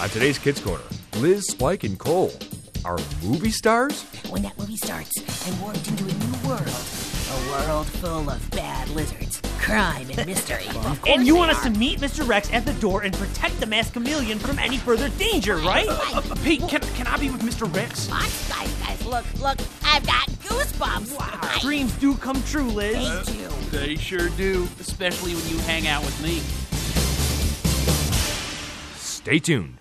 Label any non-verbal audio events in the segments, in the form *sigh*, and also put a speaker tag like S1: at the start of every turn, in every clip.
S1: On today's Kids Corner, Liz, Spike, and Cole are movie stars?
S2: When that movie starts, I'm warped into a new world. A world full of bad lizards, crime, and mystery. Of course
S3: And you
S2: they
S3: want us
S2: are.
S3: to meet Mr. Rex at the door and protect the masked chameleon from any further danger, right?
S4: Pete, can, can I be with Mr. Rex?
S2: Watch, guys, guys, look, look, I've got goosebumps. Wow.
S3: Dreams do come true, Liz.
S4: They sure do. Especially when you hang out with me.
S1: Stay tuned.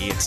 S5: It's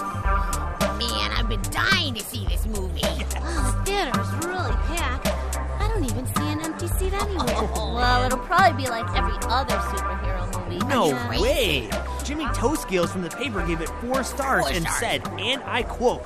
S2: Man, I've been dying to see this
S6: *laughs*
S2: movie.
S6: The theater's really packed. I don't even see an empty seat anywhere.
S2: Oh.
S6: Well, it'll probably be like every other superhero movie.
S3: No
S7: Crazy.
S3: way! Jimmy Toescales from the paper gave it four stars
S2: Four
S3: and
S2: stars.
S3: said, and I quote,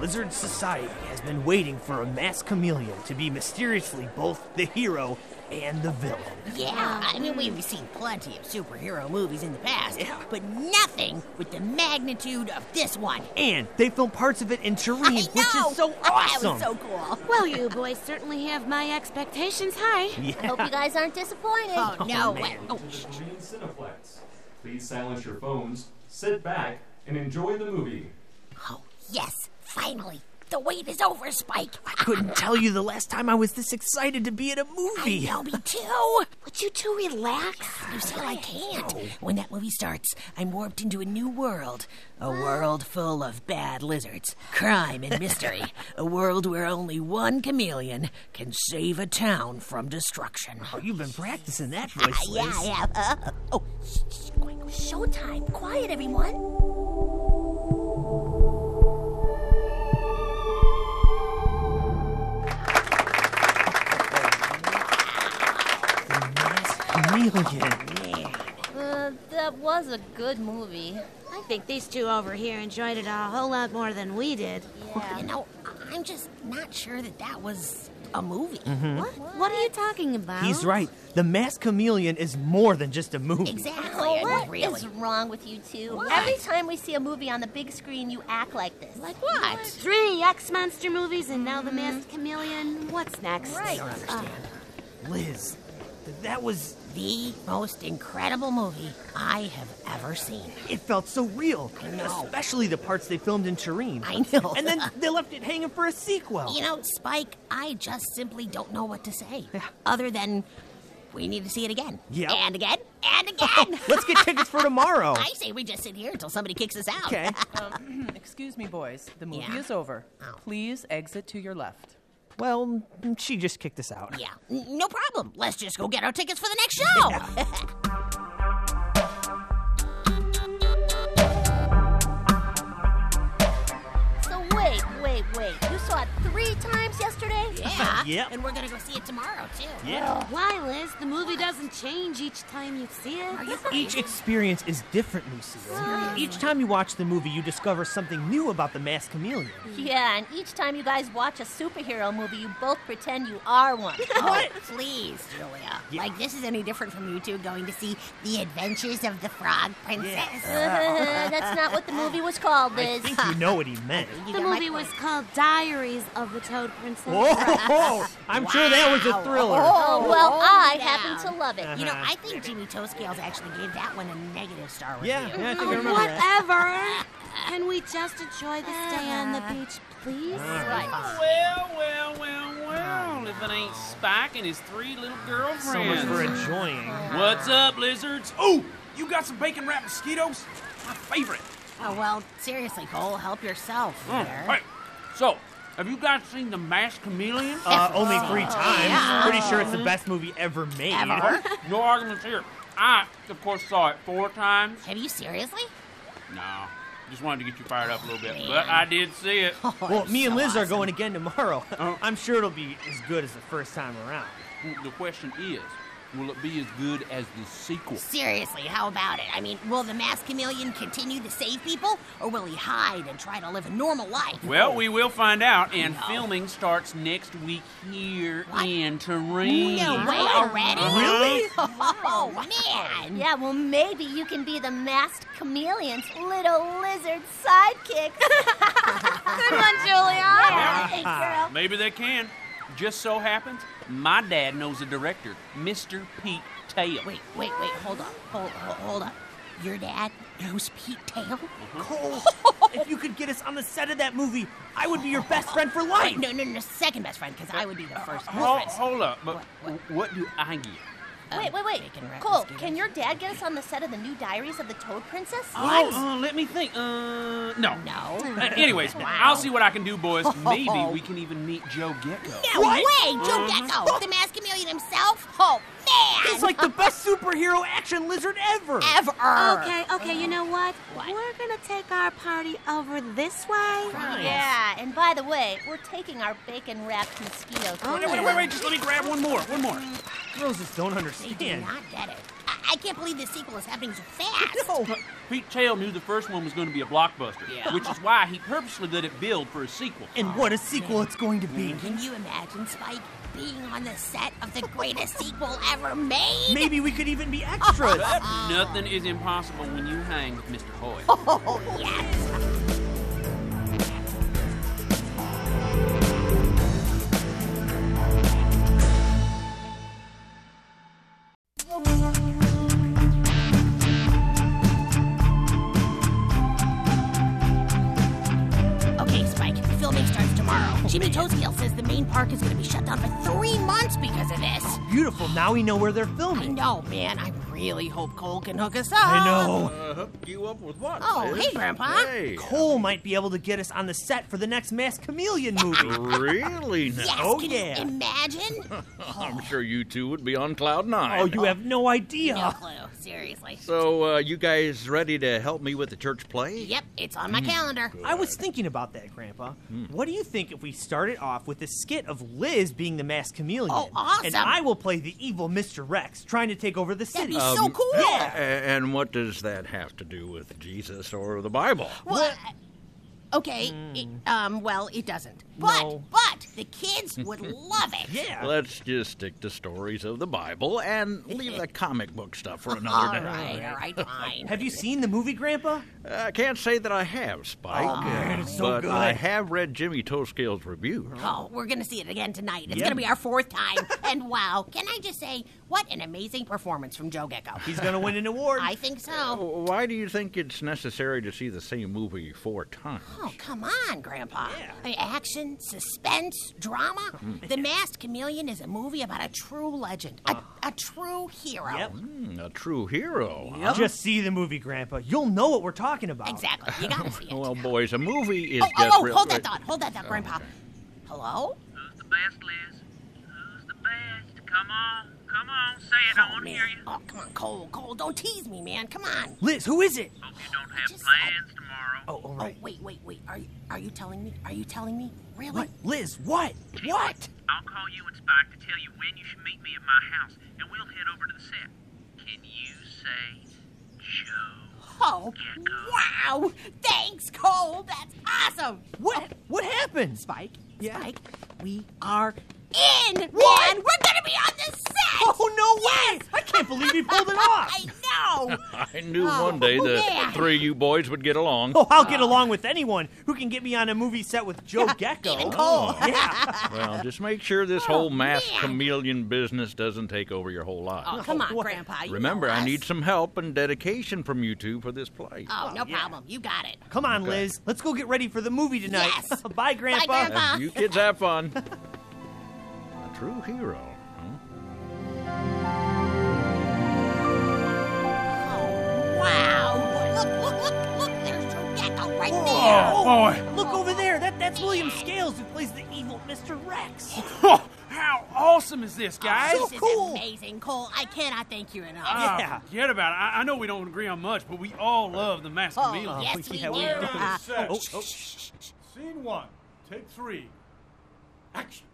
S3: Lizard Society has been waiting for a masked chameleon to be mysteriously both the hero and the villain.
S2: Yeah, I mean, we've seen plenty of superhero movies in the past, but nothing with the magnitude of this one.
S3: And they filmed parts of it in Turin,
S2: I
S3: which
S2: know!
S3: is so
S2: That was
S3: awesome.
S2: so cool.
S6: Well, you boys certainly have my expectations
S3: *laughs*
S6: high. I hope you guys aren't disappointed.
S2: Oh, no. way.
S3: man.
S2: Oh,
S8: Gene Cineplex. Please silence your phones, sit back, and enjoy the movie.
S2: oh, yes, finally. The wait is over, Spike. I
S3: Couldn't tell you the last time I was this excited to be at a movie.
S2: know me too.
S6: Would you two relax?
S2: Lucille, I can't. When that movie starts, I'm warped into a new world. A world full of bad lizards, crime, and mystery.
S3: *laughs*
S2: a world where only one chameleon can save a town from destruction.
S3: Oh, you've been practicing that
S2: Ah,
S3: voice, Liz.
S2: Yeah, yeah. Uh, oh, shh, shh, quick.
S6: Showtime. Quiet, everyone.
S3: Chameleon.
S6: Uh, that was a good movie.
S7: I think these two over here enjoyed it a whole lot more than we did.
S2: You know, I'm just not sure that that was a movie.
S6: What? What are you talking about?
S3: He's right. The masked chameleon is more than just a movie.
S2: Exactly.
S6: Oh,
S2: I
S6: what
S2: mean, really.
S6: is wrong with you two?
S2: What?
S6: Every time we see a movie on the big screen, you act like this.
S2: Like what?
S6: Three X monster movies and now the masked chameleon. What's next? Uh, Right.
S3: Liz, th- that was.
S2: The most incredible movie I have ever seen.
S3: It felt so real.
S2: I know.
S3: Especially the parts they filmed in Turin.
S2: I *laughs* know.
S3: And then they left it hanging for a sequel.
S2: You know, Spike, I just simply don't know what to say. Other than we need to see it again.
S3: Yep.
S2: And again. And *laughs* again.
S3: Let's get tickets for tomorrow.
S2: *laughs* I say we just sit here until somebody kicks us out.
S3: Okay.
S9: Excuse me, boys. The movie
S2: Yeah.
S9: is over.
S2: Ow.
S9: Please exit to your left.
S3: Well, she just kicked us out.
S2: Yeah. N- No problem. Let's just go get our tickets for the next show. *laughs*
S6: So wait, wait, wait. You saw it three times yesterday?
S2: yeah.
S3: *laughs*
S2: *laughs*
S3: Yep.
S2: And we're going to go see it tomorrow, too.
S3: Yeah.
S6: Why, Liz? The movie doesn't change each time you see it.
S2: Are you
S3: Each experience is different, Lucille. Each time you watch the movie, you discover something new about the masked chameleon.
S9: Yeah, and each time you guys watch a superhero movie, you both pretend you are
S3: *laughs*
S9: one.
S2: Oh, please, Julia. Like, this is any different from you two going to see The Adventures of the Frog Princess. *laughs*
S3: Uh-huh.
S9: That's not what the movie was called,
S3: I
S9: Liz.
S3: think you know what he meant.
S2: You
S6: The
S2: get my
S6: movie was
S2: point?
S6: called Diaries of the Toad Princess.
S3: Whoa! Oh, I'm sure that was a thriller.
S9: Oh, well, I
S2: down.
S9: happen to love it.
S2: You know,
S4: Uh-huh.
S2: I think Jimmy Toescales actually gave that one a negative star review.
S3: Yeah, yeah, I think I
S6: Oh,
S3: remember that.
S6: whatever. Can we just enjoy this day on the beach, please?
S4: Well, well, well, well. If it ain't Spike and his three little girlfriends.
S3: So much for enjoying.
S4: What's up, lizards? Oh, you got some bacon wrapped mosquitoes? My favorite.
S2: Oh, well, seriously, Cole, help yourself here.
S4: Mm. Hey, so have you guys seen the masked chameleon?
S3: Uh, only three times. Pretty sure it's the best movie ever made.
S2: Ever.
S4: no arguments here. I, of course, saw it four times.
S2: Have you seriously?
S4: No, just wanted to get you fired up a little bit, but I did see *laughs* it.
S3: Well, me and Liz are going again tomorrow. I'm sure it'll be as good as the first time around.
S4: The question is,
S10: Will it be as good as the sequel?
S2: Seriously, how about it? I mean, will the masked chameleon continue to save people, or will he hide and try to live a normal life?
S4: Well, we will find out, and filming starts next week here in Turin.
S2: No way already?
S4: Really?
S9: Oh, man! Yeah, well, maybe you can be the masked chameleon's little lizard sidekick. *laughs* Good one, Julia. Yeah, thanks, girl.
S4: Maybe they can. Just so happens, my dad knows a director, Mr. Pete Tail. Wait,
S2: Wait, wait, hold up, hold, hold, hold up. Your dad knows Pete Tail?
S3: Cole, if you could get us on the set of that movie, I would be your best friend for life.
S2: No, no, no, second best friend, because I would be the first best
S4: Hold,
S2: friend. Um,
S4: hold up, but what, do I get?
S9: Wait, wait, wait.
S2: bacon wrapped
S9: Cole,
S2: mosquitoes.
S9: can your dad get us on the set of the new Diaries of the Toad Princess?
S4: Oh, uh, let me think. Uh, no.
S2: No.
S4: Uh, anyways, I'll see what I can
S2: *laughs*
S4: do, boys. Maybe we can even meet Joe Gecko.
S2: Oh.
S4: Uh-huh.
S2: No way, Joe Gecko, the masked chameleon himself? Oh, man!
S3: He's like the best superhero action lizard ever.
S2: Ever.
S6: Okay, okay, you know what? We're gonna take our party over this way.
S9: Yeah, Ah, and by the way, we're taking our bacon wrapped mosquito.
S3: Wait, wait, wait, wait, just let me grab one more, one more. Girls just don't understand.
S2: Do not get it. I, I can't believe this sequel is happening so fast.
S4: Pete Tail knew the first one was going to be a blockbuster,
S2: Yeah.
S4: which is why he purposely let it build for a sequel.
S3: And what a sequel it's going to be.
S2: Can you imagine Spike being on the set of the greatest sequel ever made?
S3: Maybe we could even be extras.
S4: Nothing is impossible when you hang with Mr. Hoy.
S2: Oh, yes. Okay, Spike, filming starts tomorrow. Jimmy Toescale says the main park is going to be shut down for three months because of this.
S3: Beautiful, now we know where they're filming.
S2: No, man, I really hope Cole can hook us up.
S3: I know.
S10: you up with what?
S2: Oh, hey, Grandpa.
S3: Cole might be able to get us on the set for the next Mass Chameleon movie.
S10: Really?
S2: Yes,
S10: Now?
S3: Oh,
S2: can
S3: yeah.
S2: you imagine?
S10: I'm sure you two would be on cloud nine.
S3: Oh, you have no idea. *laughs*
S2: No clue, seriously.
S10: So, uh, you guys ready to help me with the church play?
S2: Yep, it's on my calendar.
S3: I was thinking about that, Grandpa. What do you think if we started off with a skit of Liz being the masked chameleon?
S2: Oh, awesome.
S3: And I will play the evil Mr. Rex trying to take over the
S2: That'd
S3: city.
S2: be so cool.
S10: A- And what does that have to do with Jesus or the Bible?
S2: Well, uh, okay, it, um, well, it doesn't. But,
S3: No.
S2: but, the kids would love it.
S3: Yeah.
S10: Let's just stick to stories of the Bible and leave the comic book stuff for
S2: All
S10: another day.
S2: right, all right, fine.
S3: Have you seen the movie, Grandpa?
S10: I can't say that I have, Spike.
S3: Oh, man,
S10: uh,
S3: it's so
S10: but
S3: good.
S10: I have read Jimmy Toescale's review.
S2: Oh, we're gonna see it again tonight. It's
S10: Yeah.
S2: gonna be our fourth time. and wow, can I just say, what an amazing performance from Joe Gecko.
S3: He's going to win an award.
S2: *laughs* I think so.
S10: Why do you think it's necessary to see the same movie four times?
S2: Oh, come on, Grandpa. I mean, action, suspense, drama. The Masked Chameleon is a movie about a true legend, a, a true hero.
S3: Yep.
S10: Hmm, a true hero. huh?
S3: Just see the movie, Grandpa. You'll know what we're talking about.
S2: Exactly. You gotta see it. oh,
S10: *laughs* Well, boys, a movie is
S2: oh,
S10: just
S2: oh,
S10: real.
S2: hold that thought. Hold that thought, Grandpa. Hello?
S11: Who's the best, Liz? Who's the best? Come on, come on, say it. I
S2: Oh,
S11: want to
S2: man.
S11: hear you.
S2: Oh, come on, Cole. Cole, don't tease me, man. Come on.
S3: Liz, who is it?
S11: Hope you don't have
S2: Just said-
S11: plans tomorrow.
S3: Oh, all right.
S2: Oh, wait, wait, wait. Are you, are you telling me? Are you telling me? Really?
S3: What? Liz, what? What?
S11: I'll call you and Spike to tell you when you should meet me at my house, and we'll head over to the set. Can you say Joe?
S2: Oh, wow. Thanks, Cole. That's awesome.
S11: Oh,
S3: What? What happened?
S2: Spike,
S3: Yeah.
S2: Spike, we are in, man.
S3: What?
S2: We're gonna be on the set.
S3: Oh, no way! I can't believe
S2: *laughs*
S3: you pulled it off!
S2: I know.
S10: *laughs* I knew
S2: Oh,
S10: one day the
S2: man.
S10: three of you boys would get along.
S3: Oh, I'll get along with anyone who can get me on a movie set with Joe Gecko. Oh,
S2: Even
S8: Oh.
S2: Cole. *laughs*
S3: Yeah.
S10: Well, just make sure this
S2: Oh,
S10: whole mass chameleon business doesn't take over your whole life.
S2: Oh, come on,
S3: What?
S2: Grandpa. You
S10: Remember,
S2: know
S10: I
S2: us.
S10: need some help and dedication from you two for this play.
S2: Oh, no
S3: yeah.
S2: problem. You got it.
S3: Come on, Liz. Let's go get ready for the movie tonight.
S2: Yes.
S3: *laughs* Bye, Grandpa.
S2: Grandpa.
S10: Uh, you kids have fun. *laughs* A true hero. Huh?
S2: Oh, wow. Look, look, look, look. There's Joe Gecko right there.
S3: Oh, boy. Look over there. That, that's William Scales who plays the evil Mr. Rex.
S2: Oh,
S4: How awesome is this, guys?
S2: This
S3: so
S2: is
S3: cool. Uh,
S2: amazing, Cole. I cannot thank you enough.
S4: Ah,
S3: Yeah.
S4: Forget about it. I, I know we don't agree on much, but we all love the masked
S2: Oh,
S4: chameleon.
S2: yes, we
S3: yeah,
S2: do.
S3: we do.
S2: Uh,
S8: Set.
S3: Oh, oh.
S8: Scene one, take three. Action.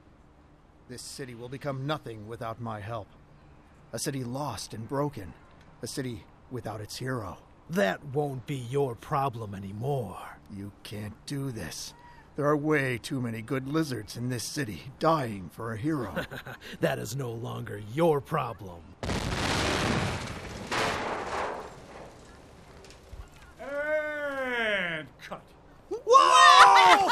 S12: This city will become nothing without my help. A city lost and broken. A city without its hero.
S13: That won't be your problem anymore.
S12: You can't do this. There are way too many good lizards in this city dying for a hero.
S13: That is no longer your problem.
S8: And cut.
S14: Whoa!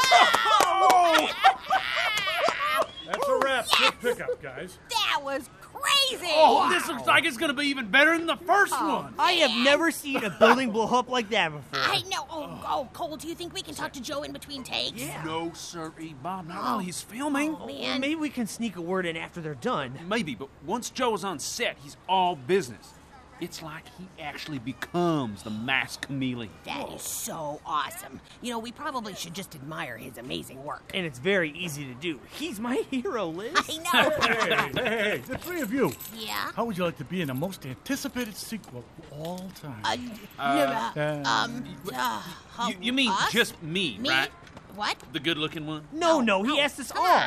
S8: That's a wrap. Good pickup, guys.
S14: that was crazy!
S4: Oh,
S8: Oh,
S3: this looks like it's gonna be even better than the first
S14: Oh,
S3: one.
S14: I have man.
S3: never seen a building blow up like that before.
S2: I know. Oh, oh, Cole, do you think we can talk to Joe in between takes?
S3: No, sir, Bob. Not
S2: Oh.
S3: while he's filming.
S2: Oh, man.
S3: Maybe we can sneak a word in after they're done.
S4: Maybe, but once Joe's on set, he's all business. It's like he actually becomes the masked chameleon.
S2: That is so awesome. You know, we probably should just admire his amazing work.
S3: And it's very easy to do. He's my *laughs* hero, Liz.
S8: Hey, hey, hey, the three of you.
S2: Yeah?
S8: How would you like to be in the most anticipated sequel of all time?
S2: Uh,
S4: Uh,
S8: Uh,
S2: um, uh,
S4: You, you mean
S2: us?
S4: just me,
S2: Me?
S4: right?
S2: What?
S4: The good looking one?
S8: no, no,
S2: Oh,
S8: he asked us all.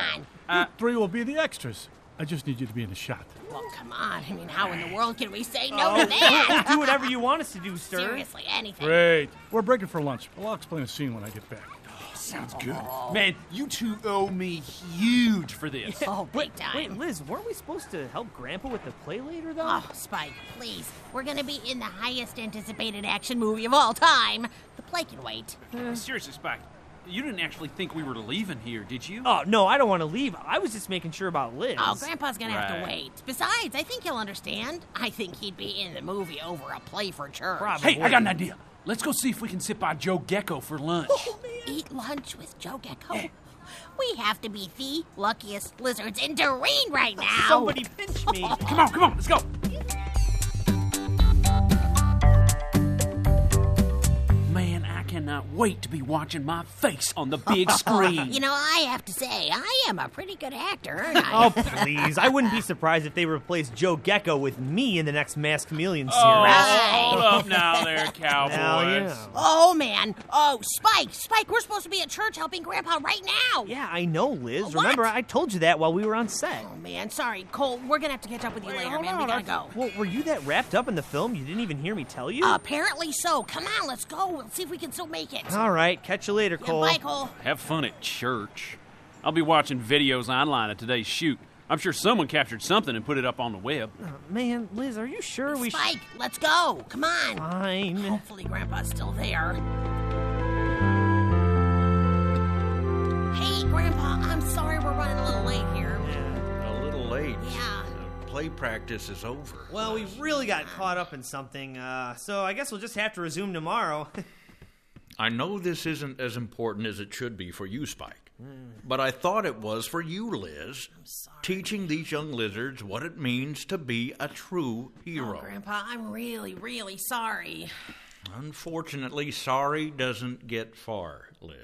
S4: Uh,
S8: three will be the extras. I just need you to be in the shot.
S2: Well, come on. I mean, how in the world can we say no
S8: Oh.
S2: to
S3: *laughs*
S2: that?
S8: Do whatever you want us
S2: *laughs*
S8: to do, sir.
S2: Seriously, anything.
S8: Great. We're breaking for lunch. Well, I'll explain the scene when I get back.
S4: Sounds good. Man, you two owe me huge for this.
S2: Oh, big
S3: wait,
S2: time.
S3: Wait, Liz, weren't we supposed to help Grandpa with the play later, though?
S2: Oh, Spike, please. We're gonna be in the highest anticipated action movie of all time. The play can wait.
S4: Uh, Seriously, Spike, you didn't actually think we were leaving here, did you?
S3: Oh, no, I don't want to leave. I was just making sure about Liz.
S2: Oh, Grandpa's gonna have to
S3: Right.
S2: wait. Besides, I think he'll understand. I think he'd be in the movie over a play for church.
S4: Hey, I got an idea. Let's go see if we can sit by Joe Gecko for lunch.
S2: Eat lunch with Joe Gecko. We have to be the luckiest lizards in Doreen right now.
S3: Somebody pinch
S2: *laughs*
S3: me.
S4: come on, come on, let's go. Man, I cannot wait to be watching my face on the
S2: *laughs*
S4: big screen.
S2: You know, I have to say, I am a pretty good actor, aren't I?
S3: *laughs* Oh, please. I wouldn't be surprised if they replaced Joe Gecko with me in the next Masked Chameleon series.
S4: hold up
S2: *laughs*
S4: now there, cowboys.
S3: yeah.
S2: Oh man! Oh, Spike! Spike, we're supposed to be at church helping Grandpa right now.
S3: Yeah, I know, Liz. Remember, I told you that while we were on set.
S2: Oh man, sorry, Cole. We're gonna have to catch up with you later, man. we gotta go. Uh,
S3: Well, were you that wrapped up in the film you didn't even hear me tell you?
S2: Apparently so. Come on, let's go. We'll see if we can still make it.
S3: All right, catch you later,
S2: Yeah,
S3: Cole.
S2: bye, Cole.
S4: Have fun at church. I'll be watching videos online of today's shoot. I'm sure someone captured something and put it up on the web.
S3: Man, Liz, are you sure we
S2: Spike, let's go. Come on.
S3: Fine.
S2: Hopefully, Grandpa's still there. Hey, Grandpa, I'm sorry we're running a little late here.
S10: A little late.
S2: Yeah.
S10: Play practice is over.
S3: Well, we really got caught up in something, uh, so I guess we'll just have to resume tomorrow. *laughs*
S10: I know this isn't as important as it should be for you, Spike, but I thought it was for you, Liz, teaching these young lizards what it means to be a true
S3: Oh,
S10: hero.
S2: Grandpa, I'm really, really sorry.
S10: Unfortunately, sorry doesn't get far, Liz.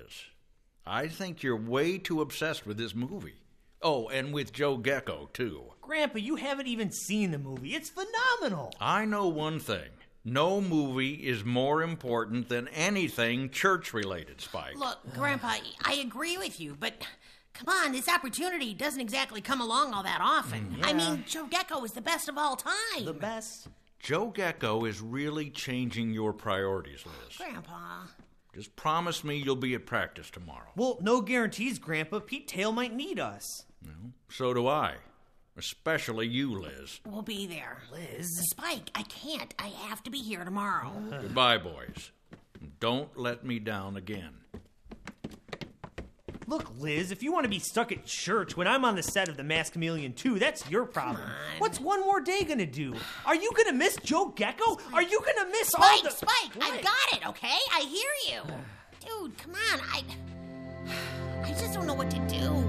S10: I think you're way too obsessed with this movie. Oh, and with Joe Gecko, too.
S3: Grandpa, you haven't even seen the movie. It's phenomenal.
S10: I know one thing no movie is more important than anything church related, Spike.
S2: Look, Grandpa, I agree with you, but come on, this opportunity doesn't exactly come along all that often.
S10: Mm.
S2: I
S10: Yeah.
S2: mean, Joe Gecko is the best of all time. The
S3: best.
S10: Joe Gecko is really changing your priorities, Liz.
S2: Grandpa.
S10: Just promise me you'll be at practice tomorrow.
S3: Well, no guarantees, Grandpa. Pete Tail might need us.
S10: So do I. Especially you, Liz.
S2: We'll be there. Liz. Spike, I can't. I have to be here tomorrow.
S10: Goodbye, boys. Don't let me down again.
S3: Look, Liz, if you want to be stuck at church when I'm on the set of The Masked Chameleon 2, that's your problem. What's one more day gonna do? Are you gonna miss Joe Gecko? Are you gonna miss all
S2: Spike,
S3: the.
S2: Spike, I've got it, okay? I hear you. Dude, come on. I I just don't know what to do.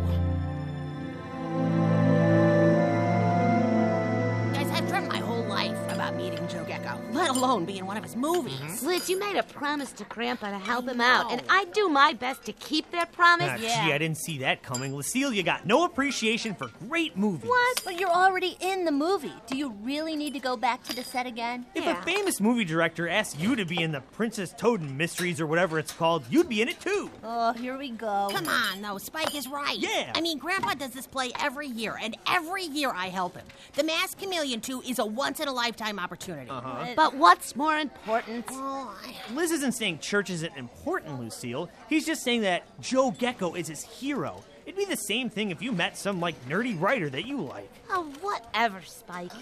S2: Guys, I've dreamt my whole life about meeting Joe Gecko, let alone be in one of his movies.
S6: Liz, you made a promise to Grandpa to help him out, and I do my best to keep that promise.
S3: Ah, Gee, I didn't see that coming. Lucille, you got no appreciation for great movies.
S9: What? But you're already in the movie. Do you really need to go back to the set again?
S3: If a famous movie director asked you to be in the Princess Toad and Mysteries or whatever it's called, you'd be in it too.
S9: Oh, here we go.
S2: Come on, though. Spike is right.
S3: Yeah.
S2: I mean, Grandpa does this play every year, and every year I help him. The Masked Chameleon 2 is a once in a lifetime opportunity.
S3: Uh-huh.
S2: But what's more important?
S6: Oh,
S3: Liz isn't saying church isn't important, Lucille. He's just saying that Joe Gecko is his hero. It'd be the same thing if you met some like nerdy writer that you like.
S2: Oh, whatever, Spike.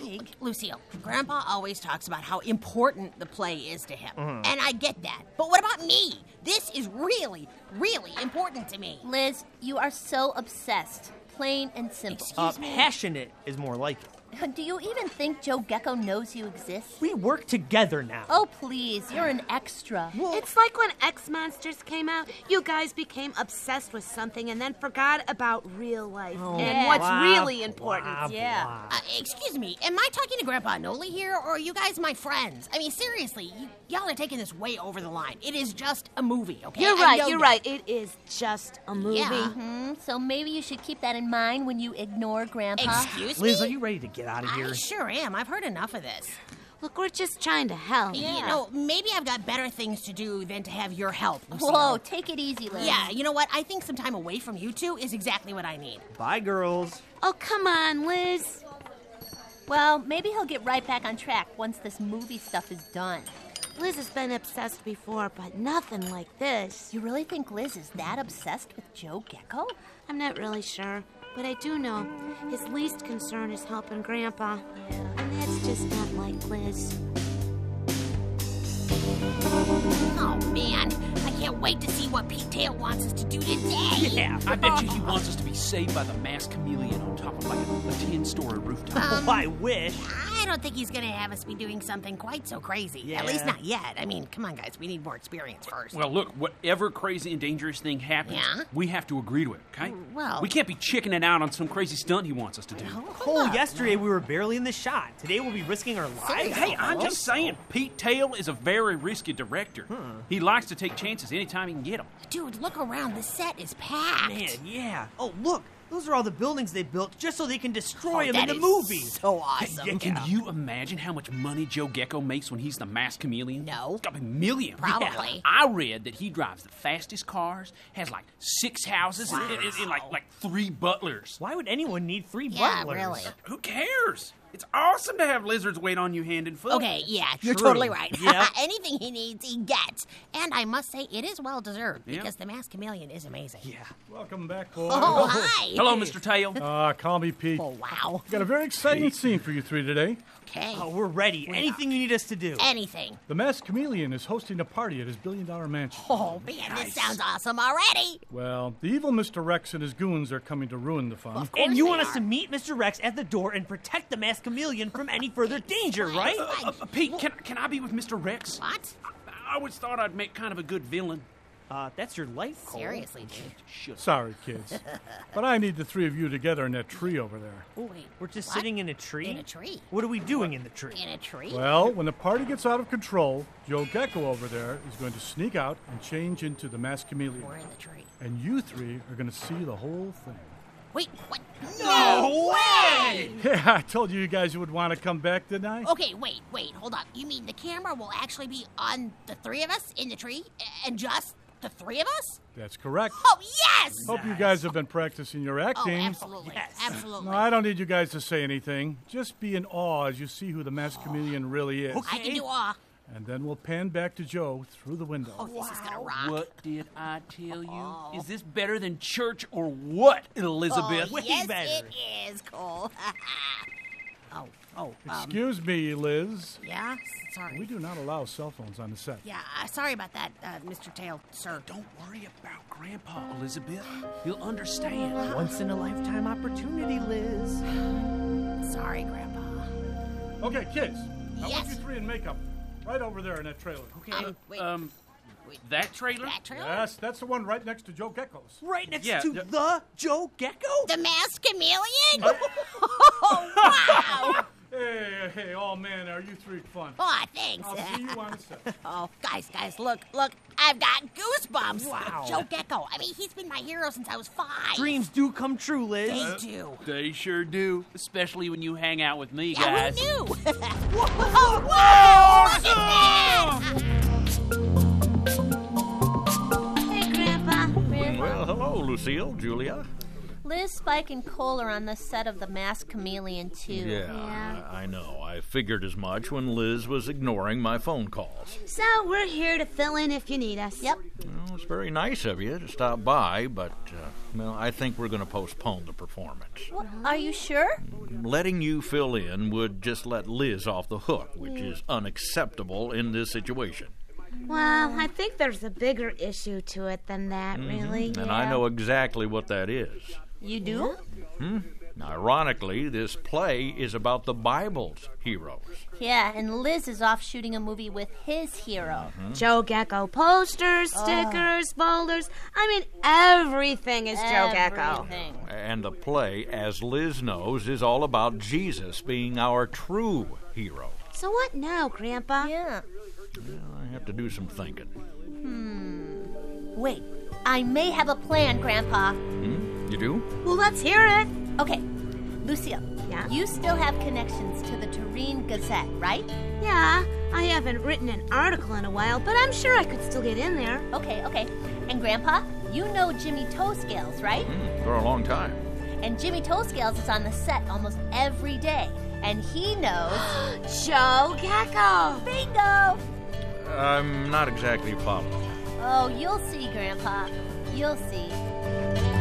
S2: Lucille, Grandpa always talks about how important the play is to him.
S3: Mhm.
S2: And I get that. But what about me? This is really, really important to me.
S9: Liz, you are so obsessed. Plain and simple.
S3: Uh, passionate is more like it.
S9: *laughs* Do you even think Joe Gecko knows you exist?
S3: We work together now.
S9: Oh, please, you're an extra.
S6: It's like when X Monsters came out, you guys became obsessed with something and then forgot about real life
S2: Oh,
S6: and
S2: yeah.
S6: what's
S2: blah,
S6: really important.
S2: blah,
S6: yeah.
S2: Uh, excuse me, am I talking to Grandpa Noli here, or are you guys my friends? I mean, seriously, you, y'all are taking this way over the line. It is just a movie, okay?
S6: You're
S2: I
S6: right,
S2: know
S6: you're
S2: that.
S6: right. It is just a movie.
S2: Yeah.
S9: Mhm, So maybe you should keep that in mind when you ignore Grandpa.
S2: Excuse
S3: Liz, are you ready to get out of here?
S2: I sure am. I've heard enough of this.
S6: Look, we're just trying to help.
S2: You
S6: Yeah.
S2: know, maybe I've got better things to do than to have your help. Lucille.
S9: Whoa, take it easy, Liz.
S2: Yeah, you know what? I think some time away from you two is exactly what I need.
S3: Bye, girls.
S9: Oh, come on, Liz. Well, maybe he'll get right back on track once this movie stuff is done.
S6: Liz has been obsessed before, but nothing like this.
S9: You really think Liz is that obsessed with Joe Gecko?
S6: I'm not really sure, but I do know his least concern is helping Grandpa. And that's just not like Liz.
S2: Oh, man. I can't wait to see what Pete Tail wants us to do today.
S4: Yeah, I bet you he wants us to be saved by the masked chameleon on top of like a, a 10 story rooftop.
S3: Oh, I wish.
S2: I don't think he's going to have us be doing something quite so crazy.
S4: Yeah.
S2: At least not yet. I mean, come on, guys. We need more experience first.
S4: Well, look, whatever crazy and dangerous thing happens,
S2: Yeah? Mm,
S4: we have to agree to it, okay?
S2: Well-
S4: we can't be chickening out on some crazy stunt he wants us to do.
S3: Cole, yesterday we were barely in the shot. Today we'll be risking our lives.
S4: Hey, I'm just saying, Pete Tail is a very risky director.
S2: Hmm.
S4: He likes to take chances anytime he can get them.
S2: Dude, look around. The set is packed.
S3: Man, yeah. Oh, look. Those are all the buildings they built just so they can destroy
S4: Oh,
S3: him in
S4: that
S3: the
S4: is
S3: movie. *laughs*
S2: So awesome.
S4: Can you imagine how much money Joe Gecko makes when he's the masked chameleon? No. It's got to be millions.
S2: *laughs* Probably.
S4: Yeah. I read that he drives the fastest cars, has like six houses, and, and- and, like, like three butlers.
S3: Why would anyone need three
S4: Yeah,
S3: butlers? Uh,
S4: really. Who cares? It's awesome to have lizards wait on you hand and foot.
S2: Okay, yeah, you're totally right. *laughs* Anything he needs, he gets. And I must say, it is well deserved
S4: Yeah.
S2: because the masked chameleon is amazing. Yeah.
S8: Welcome back, boys.
S2: Oh, hi. Hello, Mr.
S4: Tail.
S8: Ah, call me Pete.
S2: Oh, wow.
S8: Got a very exciting scene for you three today.
S2: Okay.
S3: Oh, we're ready. Anything you need us to do.
S2: Anything.
S8: The masked chameleon is hosting a party at his billion dollar mansion.
S2: Oh, man, this sounds awesome already.
S8: Well, the evil Mr. Rex and his goons are coming to ruin the fun.
S3: and you want us to meet Mr. Rex at the door and protect the masked chameleon from any further danger, right?
S4: Uh, uh, Pete, can, can I be with Mr. Rex?
S2: What?
S4: I, I always thought I'd make kind of a good villain.
S3: Uh, that's your life, Cole.
S2: Seriously, dude.
S8: Sorry,
S6: *laughs*
S8: kids. but I need the three of you together in that tree over there.
S2: Oh, Wait,
S3: We're just sitting in a tree?
S2: In a tree.
S3: What are we doing in the tree?
S2: in a tree?
S8: Well, Oh, when the party gets out of control, Joe Gecko over there is going to sneak out and change into the masked chameleon.
S2: We're in the tree.
S8: And you three are going to see the whole thing. *laughs*
S2: Wait, what?
S3: No
S2: way!
S8: Yeah, I told you you guys would want to come back, didn't I?
S2: Okay, wait, wait, hold up. You mean the camera will actually be on the three of us in the tree? A- And just the three of us?
S8: That's correct.
S2: Oh, yes!
S8: Hope you guys have been practicing your
S2: Oh,
S8: acting.
S2: absolutely. Absolutely.
S8: No, I don't need you guys to say anything. Just be in awe as you see who the masked chameleon really is.
S2: I can do all.
S8: And then we'll pan back to Joe through the window.
S2: Oh.
S4: What did I tell you? Is this better than church or what, Elizabeth?
S2: Oh, yes, it is, Cole. *laughs* oh, oh. Um,
S8: Excuse me, Liz.
S2: yeah, sorry.
S8: We do not allow cell phones on the set.
S2: Yeah, uh, sorry about that, uh, Mr. Tail, sir.
S4: Don't worry about Grandpa, Elizabeth. You'll understand.
S2: Uh-huh.
S3: Once in a lifetime opportunity, Liz.
S2: Sorry, Grandpa.
S8: Okay, kids. I want
S2: Yes.
S8: you three in makeup. Right over there in that trailer. Okay.
S2: Um, wait.
S4: Um, that trailer? That
S2: trailer?
S8: Yes, that's the one right next to Joe Gecko's.
S3: Right next
S4: Yeah,
S3: to
S4: th-
S3: the Joe Gecko?
S8: Uh,
S2: *laughs*
S8: *laughs*
S2: The masked chameleon? oh, wow!
S8: Hey, hey, oh man, are you three fun?
S2: Aw, thanks.
S8: I'll see you on the set.
S2: Oh, guys, guys, look, look. I've got goosebumps.
S3: Wow.
S2: Joe Gecko. I mean, he's been my hero since I was five.
S3: Dreams do come true, Liz.
S2: They do.
S15: They sure do, especially when you hang out with me,
S2: Yeah,
S15: guys.
S2: we knew. *laughs*
S14: Whoa,
S2: Look at
S16: Hey, Grandpa.
S10: Well, hello, Lucille, Julia.
S16: Liz, Spike, and Cole are on the set of The Masked Chameleon too.
S10: I I know. I figured as much when Liz was ignoring my phone calls.
S6: So we're here to fill in if you need us. Yep.
S10: Well, it's very nice of you to stop by, but, uh, well, I think we're going to postpone the performance.
S16: What, are you sure?
S10: Letting you fill in would just let Liz off the hook, which is unacceptable in this situation.
S6: Well, I think there's a bigger issue to it than that, really.
S10: Mm-hmm. And I know exactly what that is.
S6: You do?
S10: Hmm? Ironically, this play is about the Bible's heroes.
S16: Yeah, and Liz is off shooting a movie with his hero.
S10: Mhm.
S6: Joe Gecko posters,
S16: Oh.
S6: stickers, folders. I mean, everything is Joe Gecko.
S10: And the play, as Liz knows, is all about Jesus being our true hero.
S6: So what now, Grandpa?
S16: Yeah.
S10: Well, I have to do some thinking.
S16: Hmm. Wait, I may have a plan, Grandpa.
S10: Hmm? You do?
S16: Well, let's hear it. Okay, Lucille. Yeah. You still have connections to the Turin Gazette, right?
S6: Yeah, I haven't written an article in a while, but I'm sure I could still get in there.
S16: Okay, okay. And
S6: *gasps*
S16: Grandpa, you know Jimmy Toescales, right?
S10: Hmm, For a long time.
S16: And Jimmy Toescales is on the set almost every day, and he knows Joe Gecko. Bingo!
S10: I'm not exactly following.
S16: Oh, you'll see, Grandpa. You'll see.